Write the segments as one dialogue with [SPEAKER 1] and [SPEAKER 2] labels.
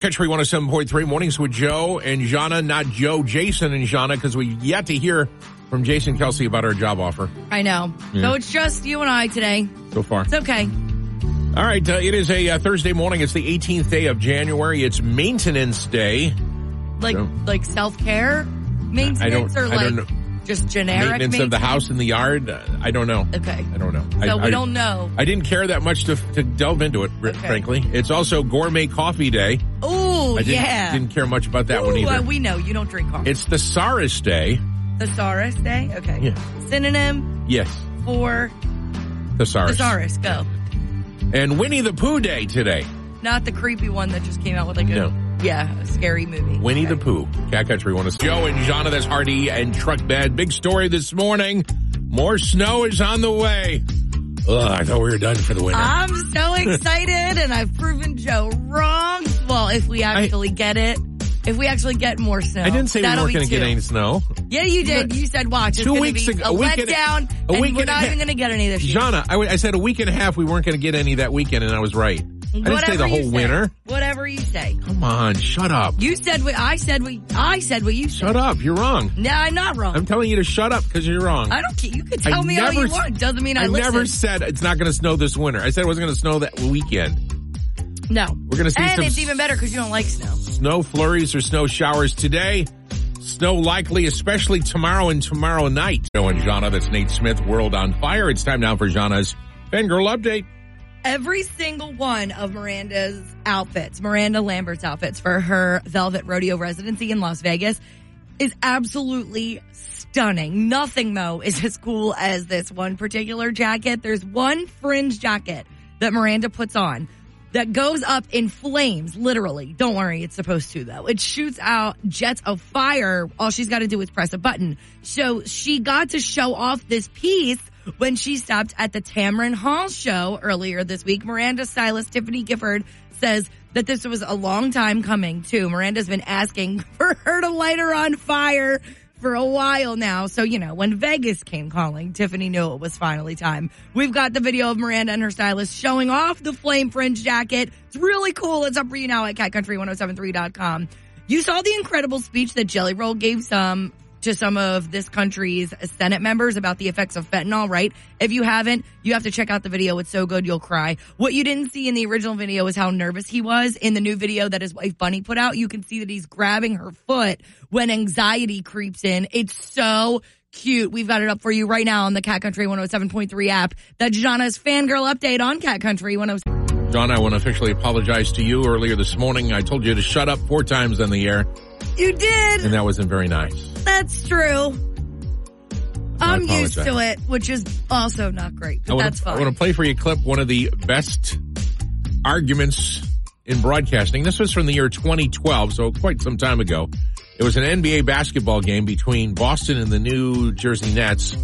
[SPEAKER 1] Country 107.3 mornings with Joe and Jana, not Joe, Jason and Jana, because we yet to hear from Jason Kelsey about our job offer
[SPEAKER 2] I know.
[SPEAKER 1] Yeah.
[SPEAKER 2] So it's just you and I today.
[SPEAKER 1] so far.
[SPEAKER 2] It's okay.
[SPEAKER 1] All right, uh, it is a uh, Thursday morning. It's the 18th day of January. It's maintenance day.
[SPEAKER 2] Like
[SPEAKER 1] Yeah.
[SPEAKER 2] like self care maintenance
[SPEAKER 1] I don't-
[SPEAKER 2] or
[SPEAKER 1] I
[SPEAKER 2] like
[SPEAKER 1] don't
[SPEAKER 2] just generic
[SPEAKER 1] maintenance, of the house and the yard. Uh, I don't know.
[SPEAKER 2] Okay.
[SPEAKER 1] I don't know. I,
[SPEAKER 2] So we
[SPEAKER 1] I-
[SPEAKER 2] don't know.
[SPEAKER 1] I didn't care that much to, to delve into it, fr-
[SPEAKER 2] Okay.
[SPEAKER 1] frankly. It's also gourmet coffee day. I
[SPEAKER 2] Oh
[SPEAKER 1] didn't,
[SPEAKER 2] yeah.
[SPEAKER 1] didn't care much about that one
[SPEAKER 2] Ooh,
[SPEAKER 1] either.
[SPEAKER 2] uh, we know you don't drink coffee.
[SPEAKER 1] it's Thesaurus Day.
[SPEAKER 2] thesaurus day. Okay.
[SPEAKER 1] Yeah.
[SPEAKER 2] Synonym
[SPEAKER 1] Yes,
[SPEAKER 2] for
[SPEAKER 1] Thesaurus.
[SPEAKER 2] thesaurus. Go.
[SPEAKER 1] And Winnie the Pooh Day today.
[SPEAKER 2] Not the creepy one that just came out with like a
[SPEAKER 1] No.
[SPEAKER 2] yeah a scary movie.
[SPEAKER 1] Winnie
[SPEAKER 2] Okay.
[SPEAKER 1] the Pooh. Cat Country one is Joe and Jana. That's Hardy and Truck Bed. Big story this morning. More snow is on the way. Ugh, I thought we were done for the winter.
[SPEAKER 2] I'm so excited and I've proven Joe wrong. Well, if we actually get it, if we actually get more snow.
[SPEAKER 1] I didn't say we
[SPEAKER 2] that'll
[SPEAKER 1] weren't
[SPEAKER 2] be
[SPEAKER 1] going to get
[SPEAKER 2] two.
[SPEAKER 1] any snow.
[SPEAKER 2] Yeah, you did. You said, watch, it's
[SPEAKER 1] Two
[SPEAKER 2] going
[SPEAKER 1] weeks
[SPEAKER 2] to be
[SPEAKER 1] ago- a
[SPEAKER 2] a,
[SPEAKER 1] week and a-
[SPEAKER 2] letdown,
[SPEAKER 1] a
[SPEAKER 2] and
[SPEAKER 1] week
[SPEAKER 2] we're
[SPEAKER 1] and a
[SPEAKER 2] not
[SPEAKER 1] half.
[SPEAKER 2] even going to get any this year.
[SPEAKER 1] Jana, I, w- I said a week and a half we weren't going to get any that weekend, and I was right. I didn't say
[SPEAKER 2] Whatever
[SPEAKER 1] the
[SPEAKER 2] you
[SPEAKER 1] whole
[SPEAKER 2] say.
[SPEAKER 1] winter.
[SPEAKER 2] Whatever you say.
[SPEAKER 1] Come on, shut up.
[SPEAKER 2] You said what I said. What I said what you said.
[SPEAKER 1] Shut up. You're wrong.
[SPEAKER 2] No, I'm not wrong.
[SPEAKER 1] I'm telling you to shut up because you're wrong.
[SPEAKER 2] I don't care. You can
[SPEAKER 1] I
[SPEAKER 2] tell me all
[SPEAKER 1] never
[SPEAKER 2] you
[SPEAKER 1] s-
[SPEAKER 2] want. Doesn't mean I,
[SPEAKER 1] I
[SPEAKER 2] listen.
[SPEAKER 1] never said it's not going to snow this winter. I said it wasn't going to snow that weekend.
[SPEAKER 2] no.
[SPEAKER 1] We're going to see
[SPEAKER 2] And
[SPEAKER 1] some
[SPEAKER 2] it's even better because you don't like snow.
[SPEAKER 1] snow flurries or snow showers today. Snow likely, especially tomorrow and tomorrow night. Joe and Jana, that's Nate Smith, World on Fire. It's time now for Jana's Fangirl Update.
[SPEAKER 2] every single one of Miranda's outfits, Miranda Lambert's outfits for her Velvet Rodeo residency in Las Vegas is absolutely stunning. Nothing, Mo, is as cool as this one particular jacket. There's one fringe jacket that Miranda puts on that goes up in flames, literally. Don't worry, it's supposed to though. It shoots out jets of fire. All she's got to do is press a button. So she got to show off this piece when she stopped at the Tamron Hall show earlier this week. Miranda stylist Tiffany Gifford says that this was a long time coming too. Miranda's been asking for her to light her on fire for a while now. So, you know, when Vegas came calling, Tiffany knew it was finally time. We've got the video of Miranda and her stylist showing off the flame fringe jacket. It's really cool. It's up for you now at catcountry1073.com. You saw the incredible speech that Jelly Roll gave some to some of this country's Senate members about the effects of fentanyl, right? If you haven't, you have to check out the video. It's so good, you'll cry. What you didn't see in the original video is how nervous he was. In the new video that his wife Bunny put out, you can see that he's grabbing her foot when anxiety creeps in. It's so cute. We've got it up for you right now on the Cat Country 107.3 app. That's Jana's fangirl update on Cat Country 107.
[SPEAKER 1] Jana, I want to officially apologize to you earlier this morning. I told you to shut up four times on the air,
[SPEAKER 2] You did!
[SPEAKER 1] and that wasn't very nice.
[SPEAKER 2] That's true. I'm used
[SPEAKER 1] apologize.
[SPEAKER 2] to it, which is also not great, but
[SPEAKER 1] I want,
[SPEAKER 2] that's
[SPEAKER 1] to, I
[SPEAKER 2] fine.
[SPEAKER 1] want to play for you a clip, one of the best arguments in broadcasting. This was from the year 2012, so quite some time ago. It was an NBA basketball game between Boston and the New Jersey Nets.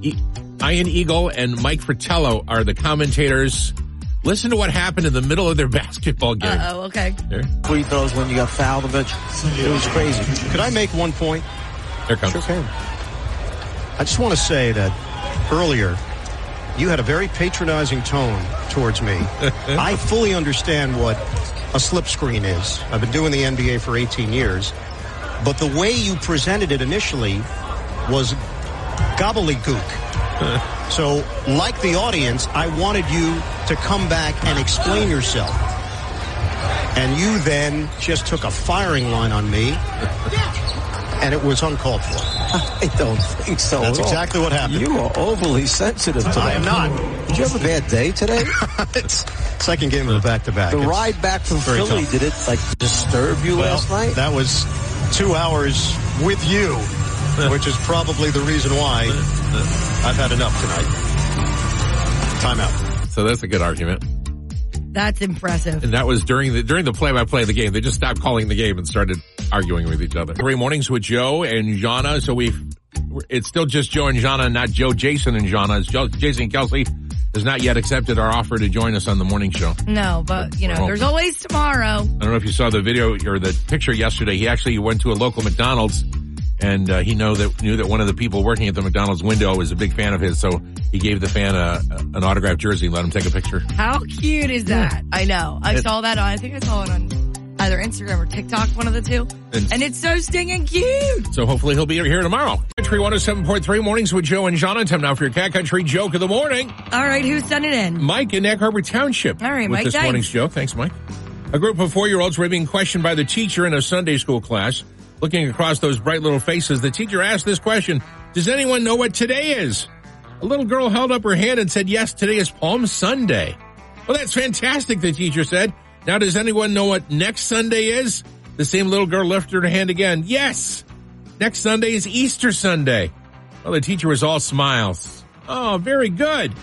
[SPEAKER 1] E- Ian Eagle and Mike Fratello are the commentators. Listen to what happened in the middle of their basketball game.
[SPEAKER 2] Uh oh, okay.
[SPEAKER 1] There,
[SPEAKER 3] free throws when you got fouled a bunch. It was crazy.
[SPEAKER 4] Could I make one point?
[SPEAKER 1] there it comes.
[SPEAKER 4] can. I just want to say that earlier you had a very patronizing tone towards me. I fully understand what a slip screen is. I've been doing the NBA for 18 years, but the way you presented it initially was gobbledygook. so, like the audience, I wanted you to come back and explain yourself. And you then just took a firing line on me, and it was uncalled for.
[SPEAKER 3] I don't think so.
[SPEAKER 4] That's
[SPEAKER 3] at all.
[SPEAKER 4] exactly what happened.
[SPEAKER 3] You are overly sensitive today.
[SPEAKER 4] I am not.
[SPEAKER 3] Did you have a bad day today?
[SPEAKER 4] it's second game of the back to back.
[SPEAKER 3] The ride back from
[SPEAKER 4] very
[SPEAKER 3] Philly,
[SPEAKER 4] tough.
[SPEAKER 3] did it like disturb you
[SPEAKER 4] well,
[SPEAKER 3] last night?
[SPEAKER 4] That was two hours with you, which is probably the reason why I've had enough tonight. Timeout.
[SPEAKER 1] So that's a good argument.
[SPEAKER 2] That's impressive.
[SPEAKER 1] And that was during the during the play by play of the game. They just stopped calling the game and started arguing with each other. Three mornings with Joe and Jana. So we've we're- it's still just Joe and Jana, not Joe, Jason and Jana. It's Joe, Jason Kelsey has not yet accepted our offer to join us on the morning show. I
[SPEAKER 2] No, but you know, there's always tomorrow.
[SPEAKER 1] don't know if you saw the video or the picture yesterday. He actually went to a local McDonald's and uh, he know that knew that one of the people working at the McDonald's window was a big fan of his. So he gave the fan a, a- an autographed jersey, and let him take a picture.
[SPEAKER 2] How cute is that? I know. I
[SPEAKER 1] It-
[SPEAKER 2] saw that on, I think I saw it on either Instagram or TikTok, one of the two.
[SPEAKER 1] And-
[SPEAKER 2] And it's so stinking cute.
[SPEAKER 1] So hopefully he'll be here tomorrow. Country 107.3 mornings with Joe and John. Time now for your Cat Country joke of the morning.
[SPEAKER 2] All right, who sent it in?
[SPEAKER 1] Mike in Egg Harbor Township.
[SPEAKER 2] All right,
[SPEAKER 1] with
[SPEAKER 2] Mike,
[SPEAKER 1] This
[SPEAKER 2] thanks.
[SPEAKER 1] morning's joke. Thanks, Mike. A group of four year olds were being questioned by the teacher in a Sunday school class. Looking across those bright little faces, the teacher asked this question Does anyone know what today is? A little girl held up her hand and said, Yes, today is Palm Sunday. Well, that's fantastic, the teacher said. Now, does anyone know what next Sunday is? The same little girl lifted her hand again. Yes! Next Sunday is Easter Sunday. Well, the teacher was all smiles. Oh, very good.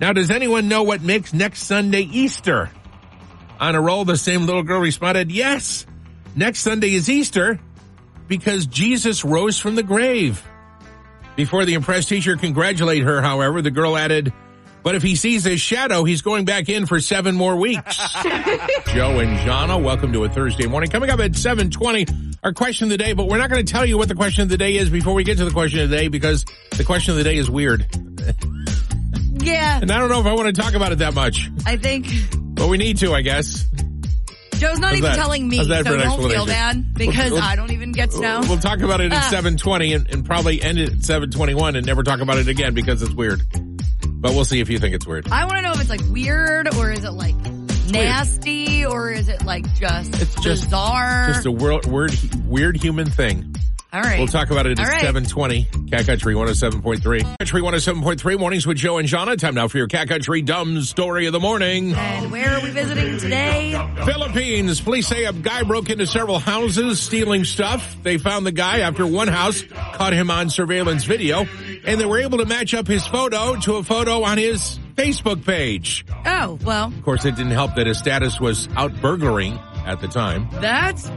[SPEAKER 1] Now, does anyone know what makes next Sunday Easter? On a roll, the same little girl responded, Yes, next Sunday is Easter because Jesus rose from the grave. Before the impressed teacher congratulate her, however, the girl added, But if he sees his shadow, he's going back in for seven more weeks. Joe and Jana, welcome to a Thursday morning. Coming up at 720, our question of the day, but we're not going to tell you what the question of the day is before we get to the question of the day because the question of the day is weird.
[SPEAKER 2] Yeah,
[SPEAKER 1] And I don't know if I want to talk about it that much.
[SPEAKER 2] I think
[SPEAKER 1] But we need to, I guess.
[SPEAKER 2] Joe's not
[SPEAKER 1] How's
[SPEAKER 2] even
[SPEAKER 1] that?
[SPEAKER 2] telling me,
[SPEAKER 1] How's
[SPEAKER 2] so
[SPEAKER 1] that for an
[SPEAKER 2] don't feel
[SPEAKER 1] explanation?
[SPEAKER 2] bad because
[SPEAKER 1] We'll-
[SPEAKER 2] I don't even get to know.
[SPEAKER 1] We'll talk about it at
[SPEAKER 2] Ah.
[SPEAKER 1] 720 and, and probably end it at 721 and never talk about it again because it's weird. But we'll see if you think it's weird.
[SPEAKER 2] I want to know if it's like weird or is it like nasty or is it like just
[SPEAKER 1] It's just-
[SPEAKER 2] bizarre?
[SPEAKER 1] Just a world, weird, weird human thing.
[SPEAKER 2] All right.
[SPEAKER 1] We'll talk about it at
[SPEAKER 2] All right.
[SPEAKER 1] 720. Cat Country 107.3. Country 107.3. Mornings with Joe and Jana. Time now for your Cat Country dumb story of the morning.
[SPEAKER 2] and where are we visiting today?
[SPEAKER 1] Philippines. Police say a guy broke into several houses stealing stuff. They found the guy after one house caught him on surveillance video and they were able to match up his photo to a photo on his Facebook page.
[SPEAKER 2] Oh, well,
[SPEAKER 1] Of course, it didn't help that his status was out burglaring at the time.
[SPEAKER 2] that's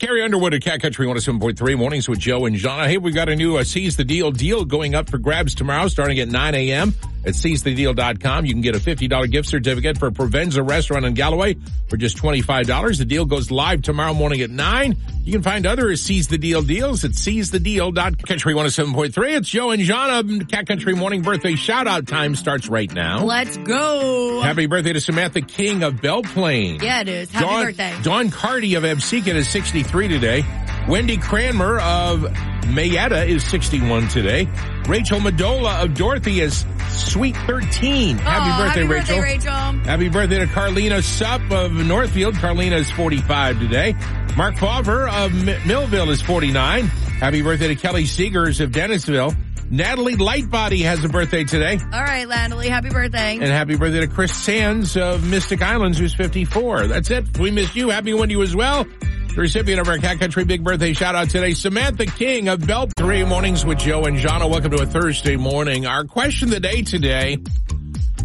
[SPEAKER 1] Carrie Underwood at oh Cat Country 107.3 mornings with Joe and Jana. Hey, we've got a new uh, Seize the Deal deal going up for grabs tomorrow starting at 9 a.m. at seizethedeal.com. You can get a $50 gift certificate for Provenza Restaurant in Galloway for just $25. The deal goes live tomorrow morning at 9. You can find other Seize the Deal deals at seizethedeal.com. Country 107.3. It's Joe and Jana. Cat Country morning birthday shout out time starts right now.
[SPEAKER 2] Let's go.
[SPEAKER 1] Happy birthday to Samantha King of Belle Plaine.
[SPEAKER 2] yeah, it is. Happy
[SPEAKER 1] Dawn,
[SPEAKER 2] birthday.
[SPEAKER 1] Dawn Cardy of Absecon is 63 today. Wendy Cranmer of Mayetta is 61 today. Rachel Medola of Dorothy is sweet 13. happy birthday,
[SPEAKER 2] Aw, Oh, happy
[SPEAKER 1] Rachel.
[SPEAKER 2] Birthday, Rachel.
[SPEAKER 1] Happy birthday to Carlina Supp of Northfield. Carlina is 45 today. Mark Favre of M- Millville is 49. Happy birthday to Kelly Seegers of Dennisville. Natalie Lightbody has a birthday today.
[SPEAKER 2] All right, Landley, happy birthday.
[SPEAKER 1] And happy birthday to Chris Sands of Mystic Islands, who's 54. That's it. We miss you. Happy one to you as well. The recipient of our Cat Country Big Birthday shout out today, Samantha King of Bell. Three mornings with Joe and Jana. Welcome to a Thursday morning. Our question of the day today,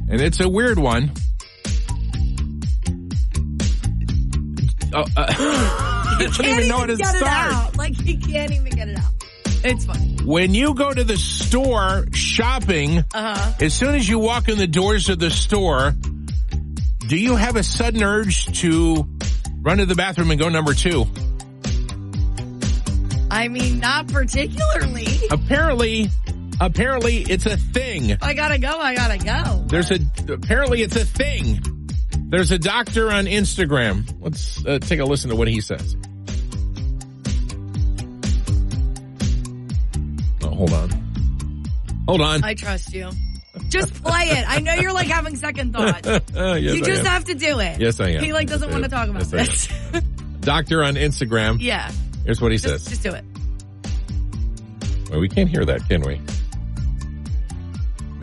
[SPEAKER 1] and it's a weird one. Oh, uh, I don't
[SPEAKER 2] Can't
[SPEAKER 1] even know how to
[SPEAKER 2] get it
[SPEAKER 1] start.
[SPEAKER 2] out. Like he can't even get it out. It's fun.
[SPEAKER 1] When you go to the store shopping,
[SPEAKER 2] Uh-huh.
[SPEAKER 1] as soon as you walk in the doors of the store, do you have a sudden urge to run to the bathroom and go number two?
[SPEAKER 2] I mean, not particularly.
[SPEAKER 1] Apparently, apparently it's a thing.
[SPEAKER 2] I gotta go. I gotta go.
[SPEAKER 1] There's a, apparently it's a thing. There's a doctor on Instagram. Let's uh, take a listen to what he says. Oh, hold on. Hold on.
[SPEAKER 2] I trust you. Just play it. I know you're like having second thoughts.
[SPEAKER 1] Uh, yes,
[SPEAKER 2] you
[SPEAKER 1] I
[SPEAKER 2] just
[SPEAKER 1] am.
[SPEAKER 2] have to do it.
[SPEAKER 1] Yes, I am.
[SPEAKER 2] He like
[SPEAKER 1] Yes,
[SPEAKER 2] doesn't
[SPEAKER 1] I
[SPEAKER 2] want to
[SPEAKER 1] am.
[SPEAKER 2] talk about
[SPEAKER 1] Yes,
[SPEAKER 2] this.
[SPEAKER 1] Doctor on Instagram.
[SPEAKER 2] yeah.
[SPEAKER 1] Here's what he says.
[SPEAKER 2] Just, just do it.
[SPEAKER 1] Well, we can't hear that, can we?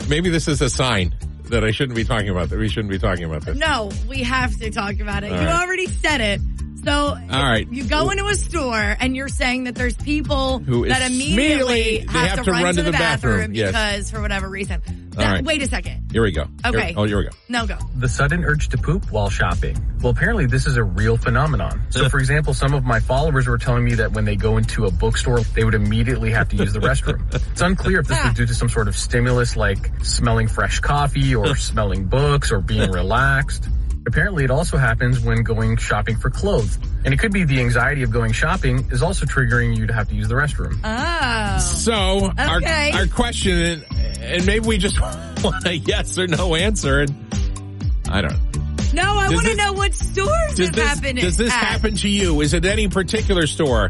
[SPEAKER 1] Maybe this is a sign that I shouldn't be talking about that. We shouldn't be talking about this.
[SPEAKER 2] No, we have to talk about it.
[SPEAKER 1] All
[SPEAKER 2] you
[SPEAKER 1] right.
[SPEAKER 2] already said it. So
[SPEAKER 1] All right.
[SPEAKER 2] you go into a store and you're saying that there's people
[SPEAKER 1] Who is-
[SPEAKER 2] that immediately
[SPEAKER 1] immediately they
[SPEAKER 2] have, to, run, to, the, bathroom,
[SPEAKER 1] yes.
[SPEAKER 2] because for whatever reason.
[SPEAKER 1] All
[SPEAKER 2] That-
[SPEAKER 1] right.
[SPEAKER 2] Wait a second.
[SPEAKER 1] Here we go.
[SPEAKER 2] Okay.
[SPEAKER 1] Here- oh, here we go.
[SPEAKER 2] No go.
[SPEAKER 5] the sudden urge to poop while shopping. Well, apparently this is a real phenomenon. So for example, some of my followers were telling me that when they go into a bookstore, they would immediately have to use the restroom. It's unclear if this was due to some sort of stimulus like smelling fresh coffee or smelling books or being relaxed. Apparently it also happens when going shopping for clothes. And it could be the anxiety of going shopping is also triggering you to have to use the restroom.
[SPEAKER 2] Oh.
[SPEAKER 1] So
[SPEAKER 2] Okay.
[SPEAKER 1] our our question, and maybe we just want a yes or no answer. And I don't. know.
[SPEAKER 2] No, I
[SPEAKER 1] Does
[SPEAKER 2] want to
[SPEAKER 1] this-
[SPEAKER 2] know what stores
[SPEAKER 1] Does
[SPEAKER 2] this,
[SPEAKER 1] this,
[SPEAKER 2] happened
[SPEAKER 1] does this
[SPEAKER 2] at.
[SPEAKER 1] happen to you? Is it any particular store?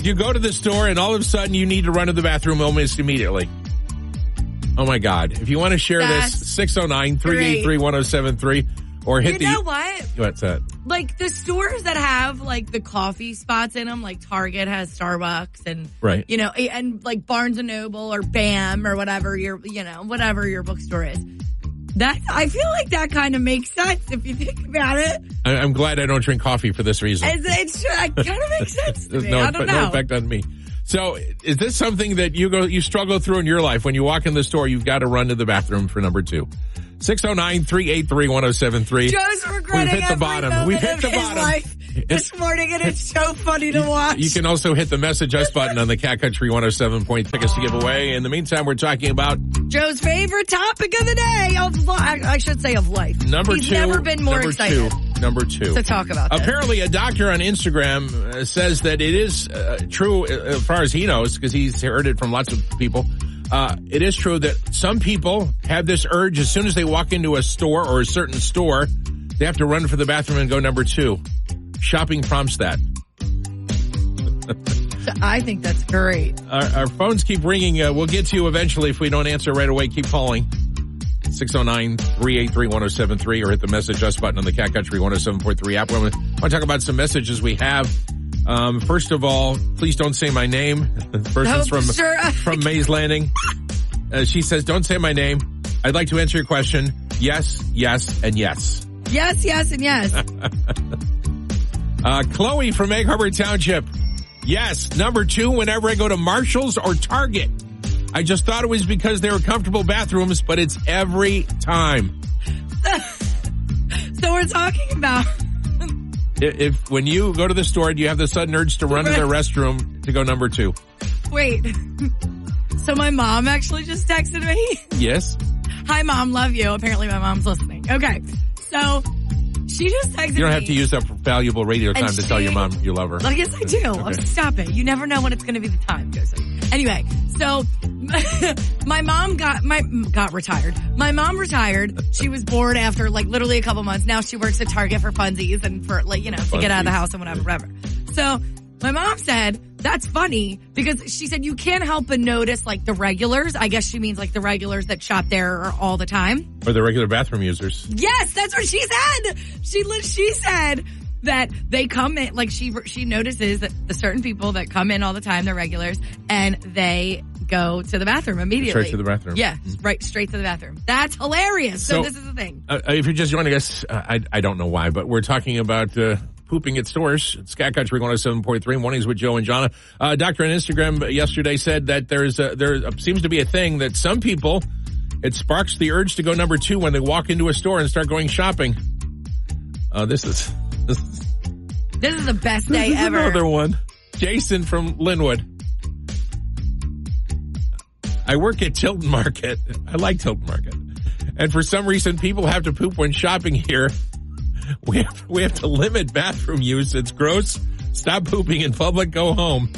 [SPEAKER 1] You go to the store and all of a sudden you need to run to the bathroom almost immediately. Oh my God. If you want to share
[SPEAKER 2] That's
[SPEAKER 1] this, 609 383 1073 or hit
[SPEAKER 2] You
[SPEAKER 1] the. e-
[SPEAKER 2] know what?
[SPEAKER 1] What's that?
[SPEAKER 2] Like the stores that have like the coffee spots in them, like Target has Starbucks and
[SPEAKER 1] Right.
[SPEAKER 2] you know, and like Barnes and Noble or BAM or whatever your you know whatever your bookstore is. That I feel like that kind of makes sense if you think about it.
[SPEAKER 1] I, I'm glad I don't drink coffee for this reason.
[SPEAKER 2] It's, it's it kind of makes sense to
[SPEAKER 1] There's
[SPEAKER 2] me.
[SPEAKER 1] no,
[SPEAKER 2] I don't know.
[SPEAKER 1] no effect on me. So, is this something that you go you struggle through in your life when you walk in the store? You've got to run to the bathroom for number two. 609-383-1073.
[SPEAKER 2] Joe's
[SPEAKER 1] We've
[SPEAKER 2] regretting
[SPEAKER 1] hit the
[SPEAKER 2] every
[SPEAKER 1] bottom.
[SPEAKER 2] moment
[SPEAKER 1] We've hit
[SPEAKER 2] of
[SPEAKER 1] the
[SPEAKER 2] his
[SPEAKER 1] bottom.
[SPEAKER 2] life this morning, and it's so funny to watch.
[SPEAKER 1] You can also hit the message us button on the Cat Country 107 point tickets to give away. In the meantime, we're talking about
[SPEAKER 2] Joe's favorite topic of the day of li- I I should say of life.
[SPEAKER 1] number
[SPEAKER 2] He's
[SPEAKER 1] two.
[SPEAKER 2] never been more
[SPEAKER 1] number
[SPEAKER 2] excited
[SPEAKER 1] Two, number two.
[SPEAKER 2] to talk about. this.
[SPEAKER 1] Apparently, a doctor on Instagram uh, says that it is uh, true, uh, as far as he knows, because he's heard it from lots of people. Uh, it is true that some people have this urge as soon as they walk into a store or a certain store, they have to run for the bathroom and go number two. Shopping prompts that.
[SPEAKER 2] I think that's great.
[SPEAKER 1] Our, our phones keep ringing. Uh, we'll get to you eventually if we don't answer right away. Keep calling. 609-383-1073 or hit the message us button on the Cat Country 107.3 app. I want to talk about some messages we have. Um, first of all, please don't say my name. First
[SPEAKER 2] No,
[SPEAKER 1] one's from,
[SPEAKER 2] Oh, sure.
[SPEAKER 1] from Mays Landing. Uh, she says, don't say my name. I'd like to answer your question. Yes, yes, and yes.
[SPEAKER 2] Yes, yes, and yes.
[SPEAKER 1] Uh, Chloe from Egg Harbor Township. Yes, number two, whenever I go to Marshall's or Target. I just thought it was because they were comfortable bathrooms, but it's every time.
[SPEAKER 2] so we're talking about
[SPEAKER 1] I- If when you go to the store, do you have the sudden urge to run to the restroom to go number two?
[SPEAKER 2] wait. So my mom actually just texted me.
[SPEAKER 1] Yes.
[SPEAKER 2] Hi mom, love you. Apparently my mom's listening. Okay. So she just texted me.
[SPEAKER 1] You don't have to use up valuable radio time to tell your mom you love her.
[SPEAKER 2] Well, yes, I do. Oh,
[SPEAKER 1] Okay.
[SPEAKER 2] stop it. You never know when it's going to be the time, Joseph. Anyway, so my mom got my got retired. My mom retired. She was bored after like literally a couple months. Now she works at Target for funsies and for like you know to get out of the
[SPEAKER 1] Funsies.
[SPEAKER 2] house and whatever, whatever. So my mom said. That's funny because she said you can't help but notice like the regulars. I guess she means like the regulars that shop there all the time.
[SPEAKER 1] Or the regular bathroom users.
[SPEAKER 2] Yes, that's what she said. She li- she said that they come in like she she notices that the certain people that come in all the time, they're regulars, and they go to the bathroom immediately.
[SPEAKER 1] to the bathroom. Mm.
[SPEAKER 2] Yeah, right straight to the bathroom. That's hilarious.
[SPEAKER 1] So-
[SPEAKER 2] So, this is the thing.
[SPEAKER 1] Uh, if you're just joining us, uh, I, I don't know why, but we're talking about uh, pooping at stores. It's Sky Country 107.3, mornings with Joe and Jonna. Uh, doctor on Instagram yesterday said that there's a, there seems to be a thing that some people, it sparks the urge to go number two when they walk into a store and start going shopping. Uh, this is, this is
[SPEAKER 2] This is the best day
[SPEAKER 1] this is
[SPEAKER 2] ever.
[SPEAKER 1] Another one. Jason from Linwood. I work at Tilton Market. I like Tilton Market. And for some reason, people have to poop when shopping here. We have, we have to limit bathroom use. It's gross. Stop pooping in public. Go home.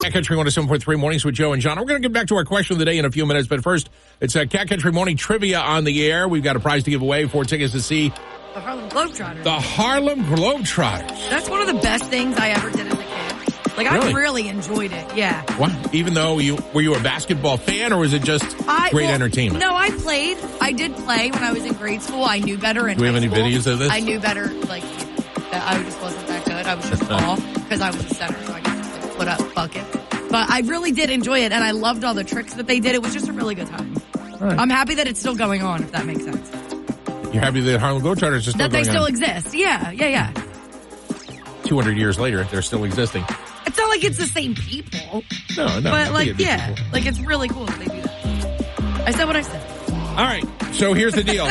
[SPEAKER 1] Cat Country 107.3 Mornings with Joe and John. We're going to get back to our question of the day in a few minutes, but first, it's a Cat Country Morning Trivia on the air. We've got a prize to give away, four tickets to see
[SPEAKER 2] the Harlem Globetrotters.
[SPEAKER 1] the Harlem Globetrotters.
[SPEAKER 2] that's one of the best things I ever did as a kid. Like
[SPEAKER 1] Really?
[SPEAKER 2] I really enjoyed it. Yeah.
[SPEAKER 1] What? Even though you were you a basketball fan, or was it just
[SPEAKER 2] I,
[SPEAKER 1] great
[SPEAKER 2] well,
[SPEAKER 1] entertainment?
[SPEAKER 2] No, I played. I did play when I was in grade school. I knew better. In
[SPEAKER 1] Do we
[SPEAKER 2] high
[SPEAKER 1] have any
[SPEAKER 2] school.
[SPEAKER 1] videos of this?
[SPEAKER 2] I knew better. Like that I just wasn't that good. I was just tall because I was a center, so I got to like, put up bucket. But I really did enjoy it, and I loved all the tricks that they did. It was just a really good time. I'm happy that it's still going on. If that makes sense,
[SPEAKER 1] You're happy that Harlem Globetrotters are still
[SPEAKER 2] that they
[SPEAKER 1] going
[SPEAKER 2] still
[SPEAKER 1] on
[SPEAKER 2] exist. Yeah, yeah, yeah.
[SPEAKER 1] 200 years later. They're still existing.
[SPEAKER 2] It's not like it's the same people,
[SPEAKER 1] No, no. I think
[SPEAKER 2] but like
[SPEAKER 1] it'd be
[SPEAKER 2] yeah,
[SPEAKER 1] cool.
[SPEAKER 2] like it's really cool that they do that. I said what I said.
[SPEAKER 1] All right. So here's the deal.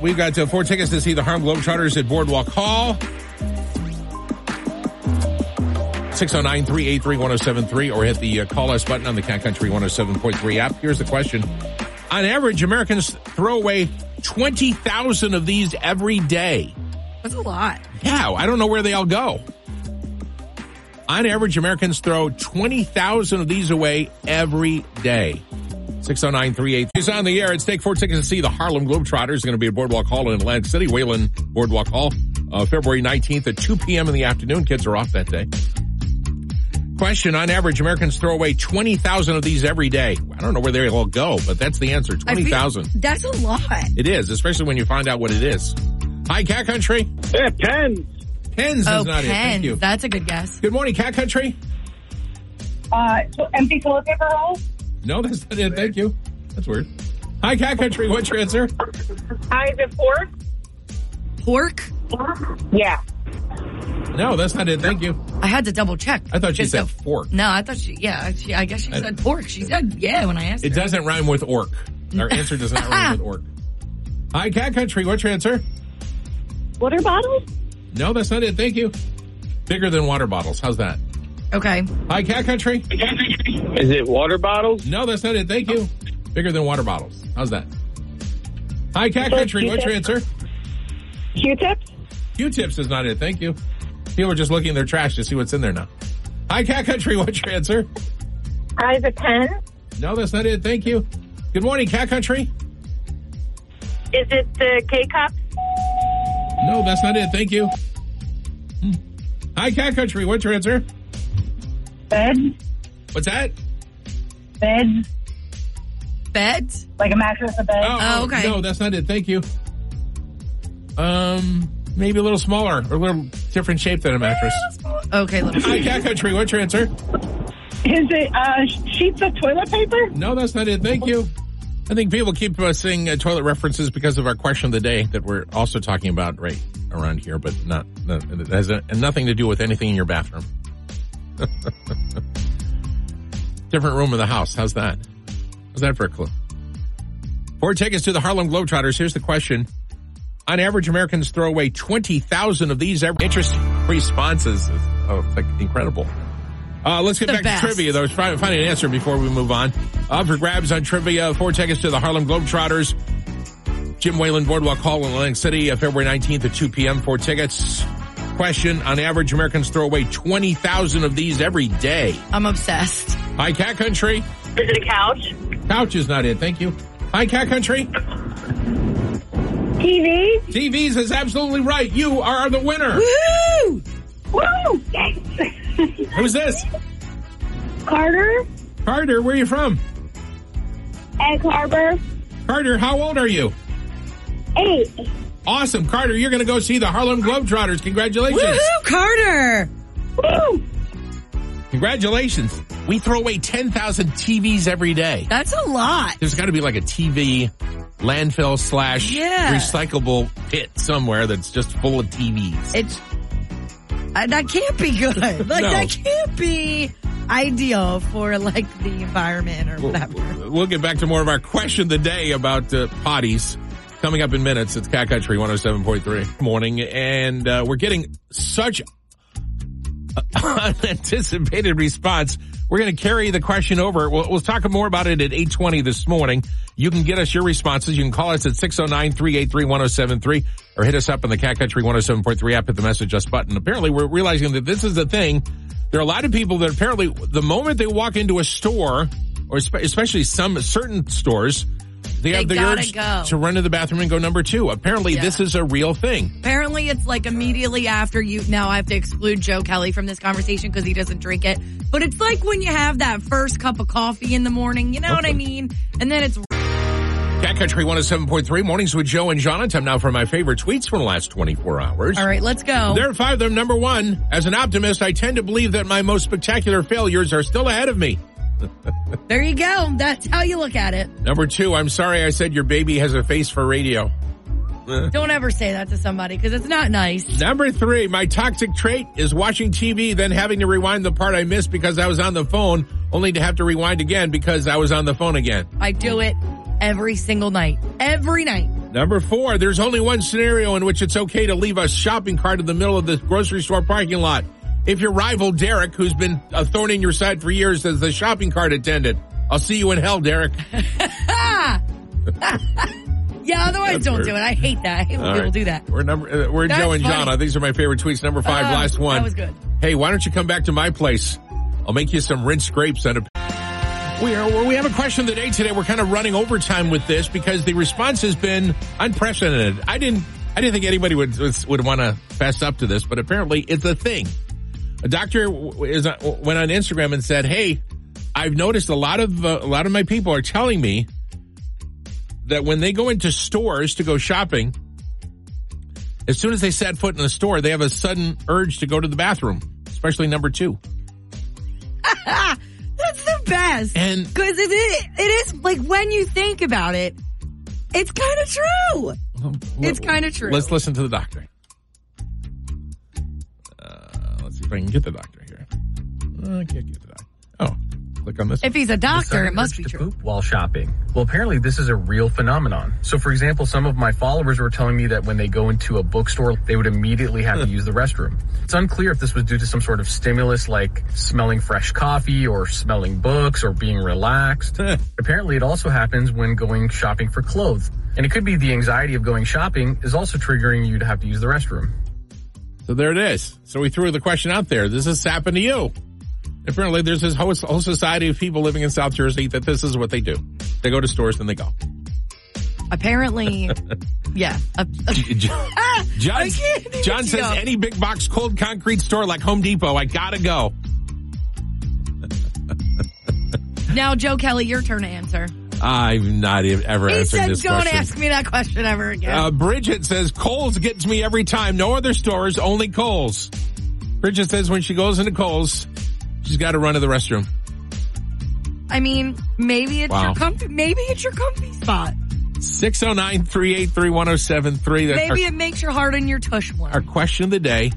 [SPEAKER 1] We've got uh, four tickets to see the Harlem Globetrotters at Boardwalk Hall. 609-383-1073 or hit the uh, call us button on the Cat Country 107.3 app. Here's the question. On average, Americans throw away 20,000 of these every day.
[SPEAKER 2] That's a lot.
[SPEAKER 1] How? I don't know where they all go. On average, Americans throw 20,000 of these away every day. 609-383 is on the air. It's take four tickets to see the Harlem Globetrotters. going to be at Boardwalk Hall in Atlantic City, Wayland Boardwalk Hall, uh, February 19th at 2 p.m. in the afternoon. Kids are off that day. Question, on average, Americans throw away 20,000 of these every day. I don't know where they all go, but that's the answer.
[SPEAKER 2] I feel-
[SPEAKER 1] 20,000.
[SPEAKER 2] That's a lot.
[SPEAKER 1] It is, especially when you find out what it is. Hi, Cat Country.
[SPEAKER 6] Yeah, pens.
[SPEAKER 1] Pens
[SPEAKER 2] Oh,
[SPEAKER 1] is not it. Thank
[SPEAKER 2] pens.
[SPEAKER 1] you.
[SPEAKER 2] That's a good guess.
[SPEAKER 1] Good morning, Cat Country.
[SPEAKER 7] Uh, so empty toilet paper rolls.
[SPEAKER 1] No, that's not it. Thank you. That's weird. Hi, Cat Country. What's your answer?
[SPEAKER 7] Uh, is it pork?
[SPEAKER 2] Pork?
[SPEAKER 7] Yeah.
[SPEAKER 1] No, that's not it. Thank you.
[SPEAKER 2] I had to double check.
[SPEAKER 1] I thought she
[SPEAKER 2] Just
[SPEAKER 1] said
[SPEAKER 2] so-
[SPEAKER 1] fork.
[SPEAKER 2] No, I thought she, yeah, she, I guess she
[SPEAKER 1] I-
[SPEAKER 2] said pork. She said, yeah, when I asked
[SPEAKER 1] It
[SPEAKER 2] her.
[SPEAKER 1] doesn't rhyme with orc. Our answer does not rhyme with orc. Hi, Cat Country. What's your answer?
[SPEAKER 7] Water bottles?
[SPEAKER 1] No, that's not it. Thank you. Bigger than water bottles. How's that?
[SPEAKER 2] Okay.
[SPEAKER 1] Hi, Cat Country.
[SPEAKER 6] Is it water bottles?
[SPEAKER 1] No, that's not it. Thank you. Bigger than water bottles. How's that? Hi, Cat
[SPEAKER 7] Sure,
[SPEAKER 1] Country. What's your
[SPEAKER 7] Q-tips.
[SPEAKER 1] answer?
[SPEAKER 7] Q-tips?
[SPEAKER 1] Q-tips is not it. Thank you. People are just looking in their trash to see what's in there now. Hi, Cat Country. What's your answer?
[SPEAKER 7] Uh, is it pen?
[SPEAKER 1] No, that's not it. Thank you. Good morning, Cat Country.
[SPEAKER 7] Is it the K-cup?
[SPEAKER 1] No, that's not it. Thank you. Hmm. Hi, Cat Country. What's your answer?
[SPEAKER 7] Bed?
[SPEAKER 1] What's that?
[SPEAKER 7] Bed?
[SPEAKER 2] Bed?
[SPEAKER 7] Like a mattress, a bed?
[SPEAKER 2] Oh, okay.
[SPEAKER 1] No, that's not it. Thank you. Um, maybe a little smaller or a little different shape than a mattress.
[SPEAKER 2] Okay, let me
[SPEAKER 1] Hi, Cat Country. What's your answer?
[SPEAKER 7] Is it uh, sheets of toilet paper?
[SPEAKER 1] No, that's not it. Thank you. I think people keep uh, saying uh, toilet references because of our question of the day that we're also talking about right around here, but not, not it has uh nothing to do with anything in your bathroom. Different room of the house. How's that? How's that for a clue? Four tickets to the Harlem Globetrotters. Here's the question. On average, Americans throw away 20,000 of these every. Interesting responses. Oh, like incredible. Uh, let's get
[SPEAKER 2] The
[SPEAKER 1] back
[SPEAKER 2] best.
[SPEAKER 1] to trivia, though. Try find an answer before we move on. Up for grabs on trivia. Four tickets to the Harlem Globetrotters. Jim Whalen Boardwalk Hall in Atlantic City, uh, February 19th at 2 p.m. Four tickets. Question. On average, Americans throw away 20,000 of these every day.
[SPEAKER 2] I'm obsessed.
[SPEAKER 1] Hi, Cat Country.
[SPEAKER 7] Is it a couch?
[SPEAKER 1] Couch is not it. Thank you. Hi, Cat Country.
[SPEAKER 7] TV?
[SPEAKER 1] TVs is absolutely right. You are the winner.
[SPEAKER 2] Woo!
[SPEAKER 7] Woo! Yes!
[SPEAKER 1] Who's this?
[SPEAKER 7] Carter?
[SPEAKER 1] Carter, where are you from?
[SPEAKER 7] Egg Harbor?
[SPEAKER 1] Carter, how old are you?
[SPEAKER 7] Eight.
[SPEAKER 1] Awesome. Carter, you're going to go see the Harlem Globetrotters. Congratulations.
[SPEAKER 2] Woohoo, Carter!
[SPEAKER 7] Woo!
[SPEAKER 1] Congratulations. We throw away 10,000 TVs every day.
[SPEAKER 2] That's a lot.
[SPEAKER 1] There's got to be like a TV landfill slash
[SPEAKER 2] Yeah.
[SPEAKER 1] recyclable pit somewhere that's just full of TVs.
[SPEAKER 2] It's I, that can't be good. Like
[SPEAKER 1] No.
[SPEAKER 2] that can't be ideal for like the environment or whatever.
[SPEAKER 1] We'll get back to more of our question of the day about uh, potties coming up in minutes. It's Cat Country 107.3 morning, and uh, we're getting such unanticipated response. We're going to carry the question over. We'll, we'll talk more about it at 820 this morning. You can get us your responses. You can call us at 609-383-1073 or hit us up on the Cat Country 107.3 app at the message us button. Apparently we're realizing that this is a thing. There are a lot of people that apparently the moment they walk into a store or espe- especially some certain stores, they, have the
[SPEAKER 2] gotta
[SPEAKER 1] urge
[SPEAKER 2] go.
[SPEAKER 1] to run to the bathroom and go number two. Apparently
[SPEAKER 2] Yeah.
[SPEAKER 1] this is a real thing.
[SPEAKER 2] Apparently, it's like immediately after you. Now I have to exclude Joe Kelly from this conversation because he doesn't drink it. But it's like when you have that first cup of coffee in the morning. You know what I mean? And then it's
[SPEAKER 1] Cat Country 107.3 mornings with Joe and John. Time now for my favorite tweets from the last 24 hours.
[SPEAKER 2] all right. Let's go.
[SPEAKER 1] There are five of them. Number one, as an optimist, I tend to believe that my most spectacular failures are still ahead of me.
[SPEAKER 2] There you go. That's how you look at it.
[SPEAKER 1] Number two, I'm sorry I said your baby has a face for radio.
[SPEAKER 2] Don't ever say that to somebody because it's not nice.
[SPEAKER 1] Number three, my toxic trait is watching TV, then having to rewind the part I missed because I was on the phone, only to have to rewind again because I was on the phone again.
[SPEAKER 2] I do it every single night. Every night.
[SPEAKER 1] Number four, there's only one scenario in which it's okay to leave a shopping cart in the middle of the grocery store parking lot. If your rival Derek, who's been a thorn in your side for years as the shopping cart attendant, I'll see you in hell, Derek.
[SPEAKER 2] Yeah, otherwise
[SPEAKER 1] That's
[SPEAKER 2] don't
[SPEAKER 1] weird.
[SPEAKER 2] do it. I hate that. I hate when
[SPEAKER 1] All
[SPEAKER 2] people
[SPEAKER 1] right.
[SPEAKER 2] do that.
[SPEAKER 1] We're number, uh, we're
[SPEAKER 2] That's
[SPEAKER 1] Joe and
[SPEAKER 2] funny.
[SPEAKER 1] Jonna. These are my favorite tweets. Number five,
[SPEAKER 2] Ah,
[SPEAKER 1] last one.
[SPEAKER 2] That was good.
[SPEAKER 1] Hey, why don't you come back to my place? I'll make you some rinse scrapes and a We are, well, we have a question of the day today. We're kind of running overtime with this because the response has been unprecedented. I didn't, I didn't think anybody would would want to fess up to this, but apparently it's a thing. A doctor w- is went on Instagram and said, "Hey, I've noticed a lot of uh, a lot of my people are telling me that when they go into stores to go shopping, as soon as they set foot in the store, they have a sudden urge to go to the bathroom, especially number two.
[SPEAKER 2] That's the best.
[SPEAKER 1] And
[SPEAKER 2] Because it, it, it is, like, when you think about it, it's kind of true. It's kinda true.
[SPEAKER 1] Let's listen to the doctor. Uh, let's see if I can get the doctor here. Uh, I can't get the doctor. Oh, click on this.
[SPEAKER 2] If he's a doctor,
[SPEAKER 5] sudden
[SPEAKER 2] it must
[SPEAKER 5] urge
[SPEAKER 2] be
[SPEAKER 5] to
[SPEAKER 2] true.
[SPEAKER 5] poop while shopping. Well, apparently this is a real phenomenon. So, for example, some of my followers were telling me that when they go into a bookstore, they would immediately have to use the restroom. It's unclear if this was due to some sort of stimulus like smelling fresh coffee or smelling books or being relaxed. apparently it also happens when going shopping for clothes. And it could be the anxiety of going shopping is also triggering you to have to use the restroom.
[SPEAKER 1] So there it is. So we threw the question out there. Does this happen to you? Apparently, there's this whole, whole society of people living in South Jersey that this is what they do. They go to stores, then they go.
[SPEAKER 2] Apparently, yeah. Uh, uh,
[SPEAKER 1] John,
[SPEAKER 2] ah, I
[SPEAKER 1] John
[SPEAKER 2] can't even
[SPEAKER 1] says
[SPEAKER 2] deal.
[SPEAKER 1] any big box cold concrete store like Home Depot, I gotta go.
[SPEAKER 2] Now, Joe Kelly, your turn to answer.
[SPEAKER 1] I'm not e- ever
[SPEAKER 2] He
[SPEAKER 1] answering
[SPEAKER 2] said,
[SPEAKER 1] this
[SPEAKER 2] "Don't
[SPEAKER 1] question.
[SPEAKER 2] ask me that question ever again."
[SPEAKER 1] Uh, Bridget says Kohl's gets me every time. No other stores, only Kohl's. Bridget says when she goes into Kohl's, she's got to run to the restroom.
[SPEAKER 2] I mean, maybe it's
[SPEAKER 1] Wow.
[SPEAKER 2] your comfy, maybe it's your comfy spot.
[SPEAKER 1] 609-383-1073. That's
[SPEAKER 2] Maybe
[SPEAKER 1] our,
[SPEAKER 2] it makes your heart and your tush warm.
[SPEAKER 1] our question of the day.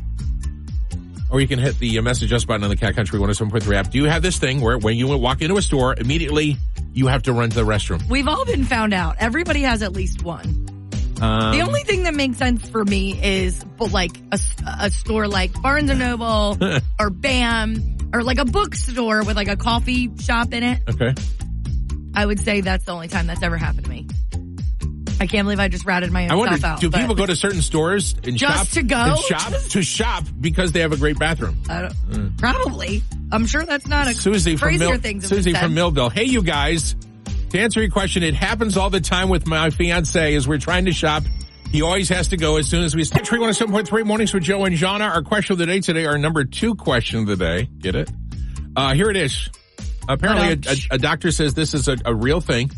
[SPEAKER 1] Or you can hit the uh, message us button on the Cat Country 107.3 app. Do you have this thing where when you walk into a store, immediately you have to run to the restroom?
[SPEAKER 2] We've all been found out. Everybody has at least one.
[SPEAKER 1] Um,
[SPEAKER 2] the only thing that makes sense for me is, but like a, s- a store like Barnes and Noble or BAM or like a bookstore with like a coffee shop in it.
[SPEAKER 1] Okay.
[SPEAKER 2] I would say that's the only time that's ever happened to me. I can't believe I just routed my own
[SPEAKER 1] I wonder,
[SPEAKER 2] stuff out.
[SPEAKER 1] do
[SPEAKER 2] but
[SPEAKER 1] people go to certain stores and
[SPEAKER 2] Just
[SPEAKER 1] shop
[SPEAKER 2] to go?
[SPEAKER 1] and shop to shop because they have a great bathroom?
[SPEAKER 2] I don't- Probably. I'm sure that's not a
[SPEAKER 1] Susie from
[SPEAKER 2] crazier
[SPEAKER 1] Mil-
[SPEAKER 2] things. have been
[SPEAKER 1] Susie
[SPEAKER 2] said.
[SPEAKER 1] from Millville. Hey, you guys. To answer your question, it happens all the time with my fiance as we're trying to shop. He always has to go as soon as we start. Tree 107.3 mornings with Joe and Jana. Our question of the day today, our number two question of the day. Get it? Uh, here it is. Apparently, a, a, a doctor says this is a, a real thing.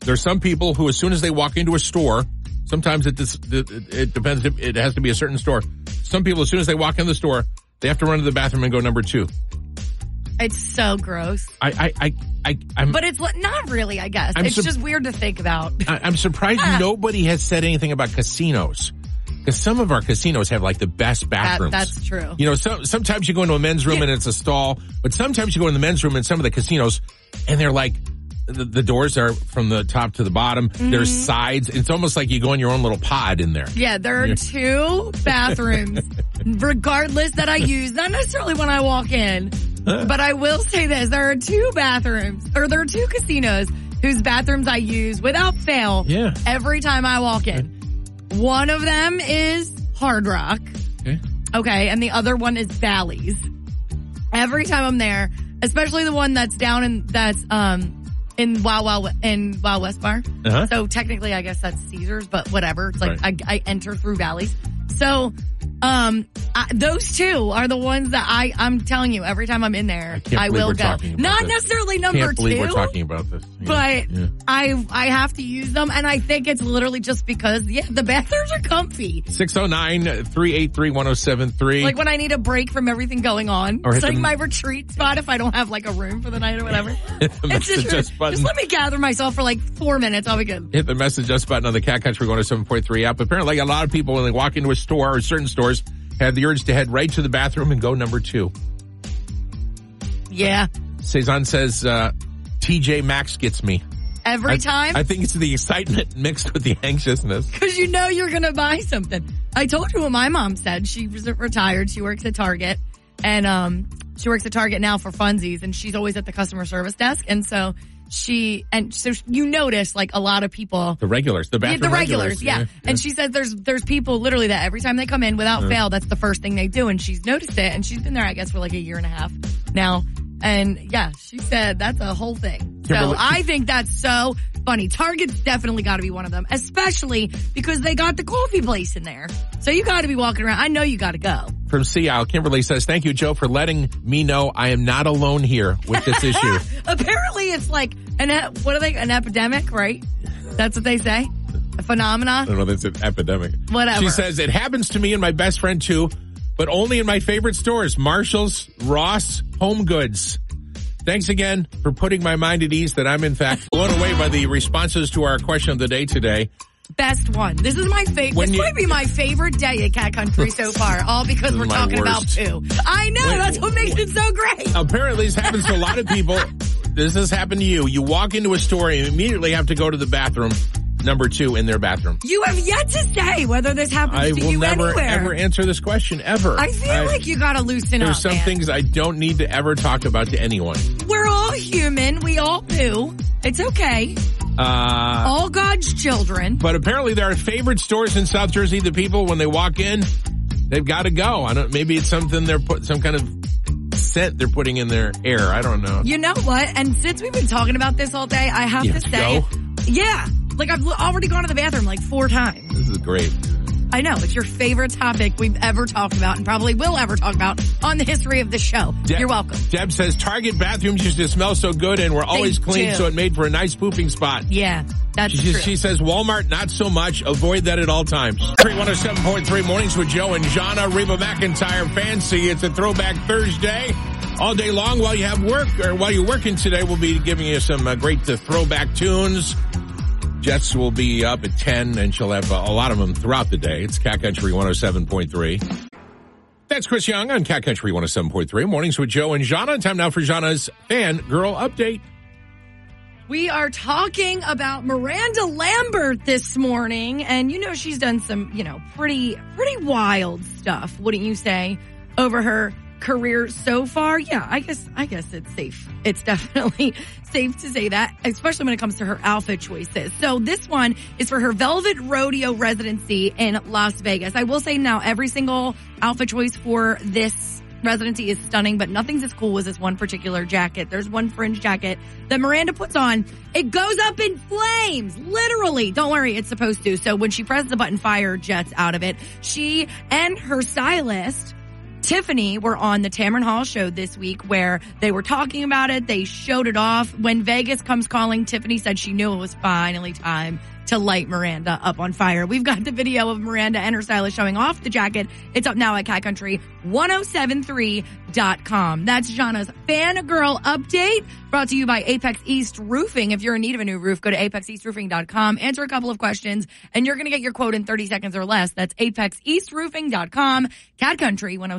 [SPEAKER 1] There's some people who, as soon as they walk into a store, sometimes it dis- it it depends. If it has to be a certain store. Some people, as soon as they walk in the store, they have to run to the bathroom and go number two.
[SPEAKER 2] It's so gross.
[SPEAKER 1] I, I, I, I I'm,
[SPEAKER 2] But it's li- not really, I guess.
[SPEAKER 1] I'm
[SPEAKER 2] it's
[SPEAKER 1] sup-
[SPEAKER 2] just weird to think about.
[SPEAKER 1] I- I'm surprised
[SPEAKER 2] Ah.
[SPEAKER 1] nobody has said anything about casinos. Because some of our casinos have like the best bathrooms.
[SPEAKER 2] that's true.
[SPEAKER 1] You know, so, sometimes you go into a men's room and it's a stall, but sometimes you go in the men's room in some of the casinos and they're like, the, the doors are from the top to the bottom. There's
[SPEAKER 2] Mm-hmm.
[SPEAKER 1] sides. It's almost like you go in your own little pod in there.
[SPEAKER 2] Yeah, there are two bathrooms, regardless that I use, not necessarily when I walk in, but I will say this, there are two bathrooms, or there are two casinos whose bathrooms I use without fail
[SPEAKER 1] Yeah.
[SPEAKER 2] every time I walk in. One of them is Hard Rock.
[SPEAKER 1] Okay.
[SPEAKER 2] Okay, and the other one is Bally's. Every time I'm there, especially the one that's down in that's um in Wow Wow in Wow West Bar.
[SPEAKER 1] Uh-huh.
[SPEAKER 2] So technically, I guess that's Caesars, but whatever. It's like
[SPEAKER 1] Right.
[SPEAKER 2] I, I enter through Bally's. So, um, I, those two are the ones that I I'm telling you every time I'm in there,
[SPEAKER 1] can't
[SPEAKER 2] I,
[SPEAKER 1] believe
[SPEAKER 2] will
[SPEAKER 1] we're
[SPEAKER 2] go.
[SPEAKER 1] talking about
[SPEAKER 2] Not
[SPEAKER 1] this.
[SPEAKER 2] necessarily number
[SPEAKER 1] Can't believe
[SPEAKER 2] two,
[SPEAKER 1] we're talking about this. Yeah.
[SPEAKER 2] but
[SPEAKER 1] Yeah.
[SPEAKER 2] I I have to use them, and I think it's literally just because yeah, the bathrooms are comfy.
[SPEAKER 1] 609-383-1073.
[SPEAKER 2] Like when I need a break from everything going on,
[SPEAKER 1] Or hit
[SPEAKER 2] it's like
[SPEAKER 1] the-
[SPEAKER 2] my retreat spot if I don't have like a room for the night or whatever. it's
[SPEAKER 1] Message
[SPEAKER 2] just,
[SPEAKER 1] us
[SPEAKER 2] just
[SPEAKER 1] button.
[SPEAKER 2] let me gather myself for like four minutes. I'll be good.
[SPEAKER 1] hit the message us button on the Cat Country 107.3 app. Apparently, a lot of people, when they walk into a store or certain stores, have the urge to head right to the bathroom and go number two.
[SPEAKER 2] Yeah,
[SPEAKER 1] Cezanne says, uh, TJ Maxx gets me.
[SPEAKER 2] every
[SPEAKER 1] I-
[SPEAKER 2] time.
[SPEAKER 1] I think it's the excitement mixed with the anxiousness.
[SPEAKER 2] because you know you're going to buy something. I told you what my mom said. She was retired. She works at Target, and um, she works at Target now for funsies. And she's always at the customer service desk, and so she and so you notice like a lot of people.
[SPEAKER 1] The regulars, the
[SPEAKER 2] Yeah,
[SPEAKER 1] bathroom
[SPEAKER 2] the regulars, yeah. And she says there's there's people literally that every time they Uh-huh. come in without fail, that's the first thing they do. And she's noticed it, and she's been there, I guess, for like a year and a half now. And yeah, she said that's a whole thing. So
[SPEAKER 1] Kimberly-
[SPEAKER 2] I think that's so funny. Target's definitely got to be one of them, especially because they got the coffee place in there. So you got to be walking around. I know you got to go.
[SPEAKER 1] From Seattle, Kimberly says, thank you, Joe, for letting me know I am not alone here with this issue.
[SPEAKER 2] Apparently, it's like an e- what are they? An epidemic, right? That's what they say. A
[SPEAKER 1] I
[SPEAKER 2] phenomena.
[SPEAKER 1] don't know if it's an epidemic.
[SPEAKER 2] Whatever.
[SPEAKER 1] She says, it happens to me and my best friend too, but only in my favorite stores, Marshall's, Ross, Home Goods. Thanks again for putting my mind at ease that I'm in fact blown away by the responses to our question of the day today.
[SPEAKER 2] Best one. This is my favorite.
[SPEAKER 1] When
[SPEAKER 2] This
[SPEAKER 1] you-
[SPEAKER 2] might be my favorite day at Cat Country so far, all because
[SPEAKER 1] This
[SPEAKER 2] we're
[SPEAKER 1] is my
[SPEAKER 2] talking about
[SPEAKER 1] worst.
[SPEAKER 2] poo. I know.
[SPEAKER 1] Wait,
[SPEAKER 2] that's what makes it so great.
[SPEAKER 1] Apparently this happens to a lot of people. This has happened to you. You walk into a store and immediately have to go to the bathroom, number two in their bathroom.
[SPEAKER 2] You have yet to say whether this happens
[SPEAKER 1] I
[SPEAKER 2] to
[SPEAKER 1] will
[SPEAKER 2] you
[SPEAKER 1] never
[SPEAKER 2] anywhere.
[SPEAKER 1] ever answer this question ever.
[SPEAKER 2] I feel like you gotta loosen
[SPEAKER 1] there's
[SPEAKER 2] up.
[SPEAKER 1] some
[SPEAKER 2] man.
[SPEAKER 1] things I don't need to ever talk about to anyone.
[SPEAKER 2] We're all human. We all poo. It's okay.
[SPEAKER 1] Uh,
[SPEAKER 2] all God's children.
[SPEAKER 1] But apparently, there are favorite stores in South Jersey. The people, when they walk in, they've got to go. I don't. Maybe it's something they're put some kind of scent they're putting in their air. I don't know.
[SPEAKER 2] You know what? And since we've been talking about this all day, I have
[SPEAKER 1] You
[SPEAKER 2] to
[SPEAKER 1] have to
[SPEAKER 2] say,
[SPEAKER 1] go?
[SPEAKER 2] yeah. Like I've l- already gone to the bathroom like four times.
[SPEAKER 1] This is great.
[SPEAKER 2] I know it's your favorite topic we've ever talked about and probably will ever talk about on the history of the show.
[SPEAKER 1] Deb-
[SPEAKER 2] You're welcome.
[SPEAKER 1] Deb says Target bathrooms used to smell so good and were always clean,
[SPEAKER 2] do.
[SPEAKER 1] so it made for a nice pooping spot.
[SPEAKER 2] Yeah, that's
[SPEAKER 1] She,
[SPEAKER 2] true.
[SPEAKER 1] she says Walmart, not so much. Avoid that at all times. 3107.3 Mornings with Joe and Jana, Reba McIntyre, Fancy. It's a throwback Thursday. All day long while you have work or while you're working today, we'll be giving you some uh, great uh, throwback tunes. Jets will be up at 10 and she'll have uh, a lot of them throughout the day. It's Cat Country 107.3. That's Chris Young on Cat Country 107.3. Mornings with Joe and Jana. Time now for Jana's fan girl update.
[SPEAKER 2] We are talking about Miranda Lambert this morning, and you know she's done some, you know, pretty pretty wild stuff, wouldn't you say, over her career so far? Yeah, I guess I guess it's safe. It's definitely safe to say that, especially when it comes to her outfit choices. So this one is for her Velvet Rodeo residency in Las Vegas. I will say now every single outfit choice for this residency is stunning, but nothing's as cool as this one particular jacket. There's one fringe jacket that Miranda puts on. It goes up in flames, literally. Don't worry, it's supposed to. So when she presses the button, fire jets out of it. She and her stylist, Tiffany were on the Tamron Hall show this week where they were talking about it. They showed it off. When Vegas comes calling, Tiffany said she knew it was finally time to light Miranda up on fire. We've got the video of Miranda and her stylist showing off the jacket. It's up now at catcountry1073.com. That's Jana's fan girl update brought to you by Apex East Roofing. If you're in need of a new roof, go to apexeastroofing.com, answer a couple of questions, and you're going to get your quote in 30 seconds or less. That's apexeastroofing.com, Cat Country 107.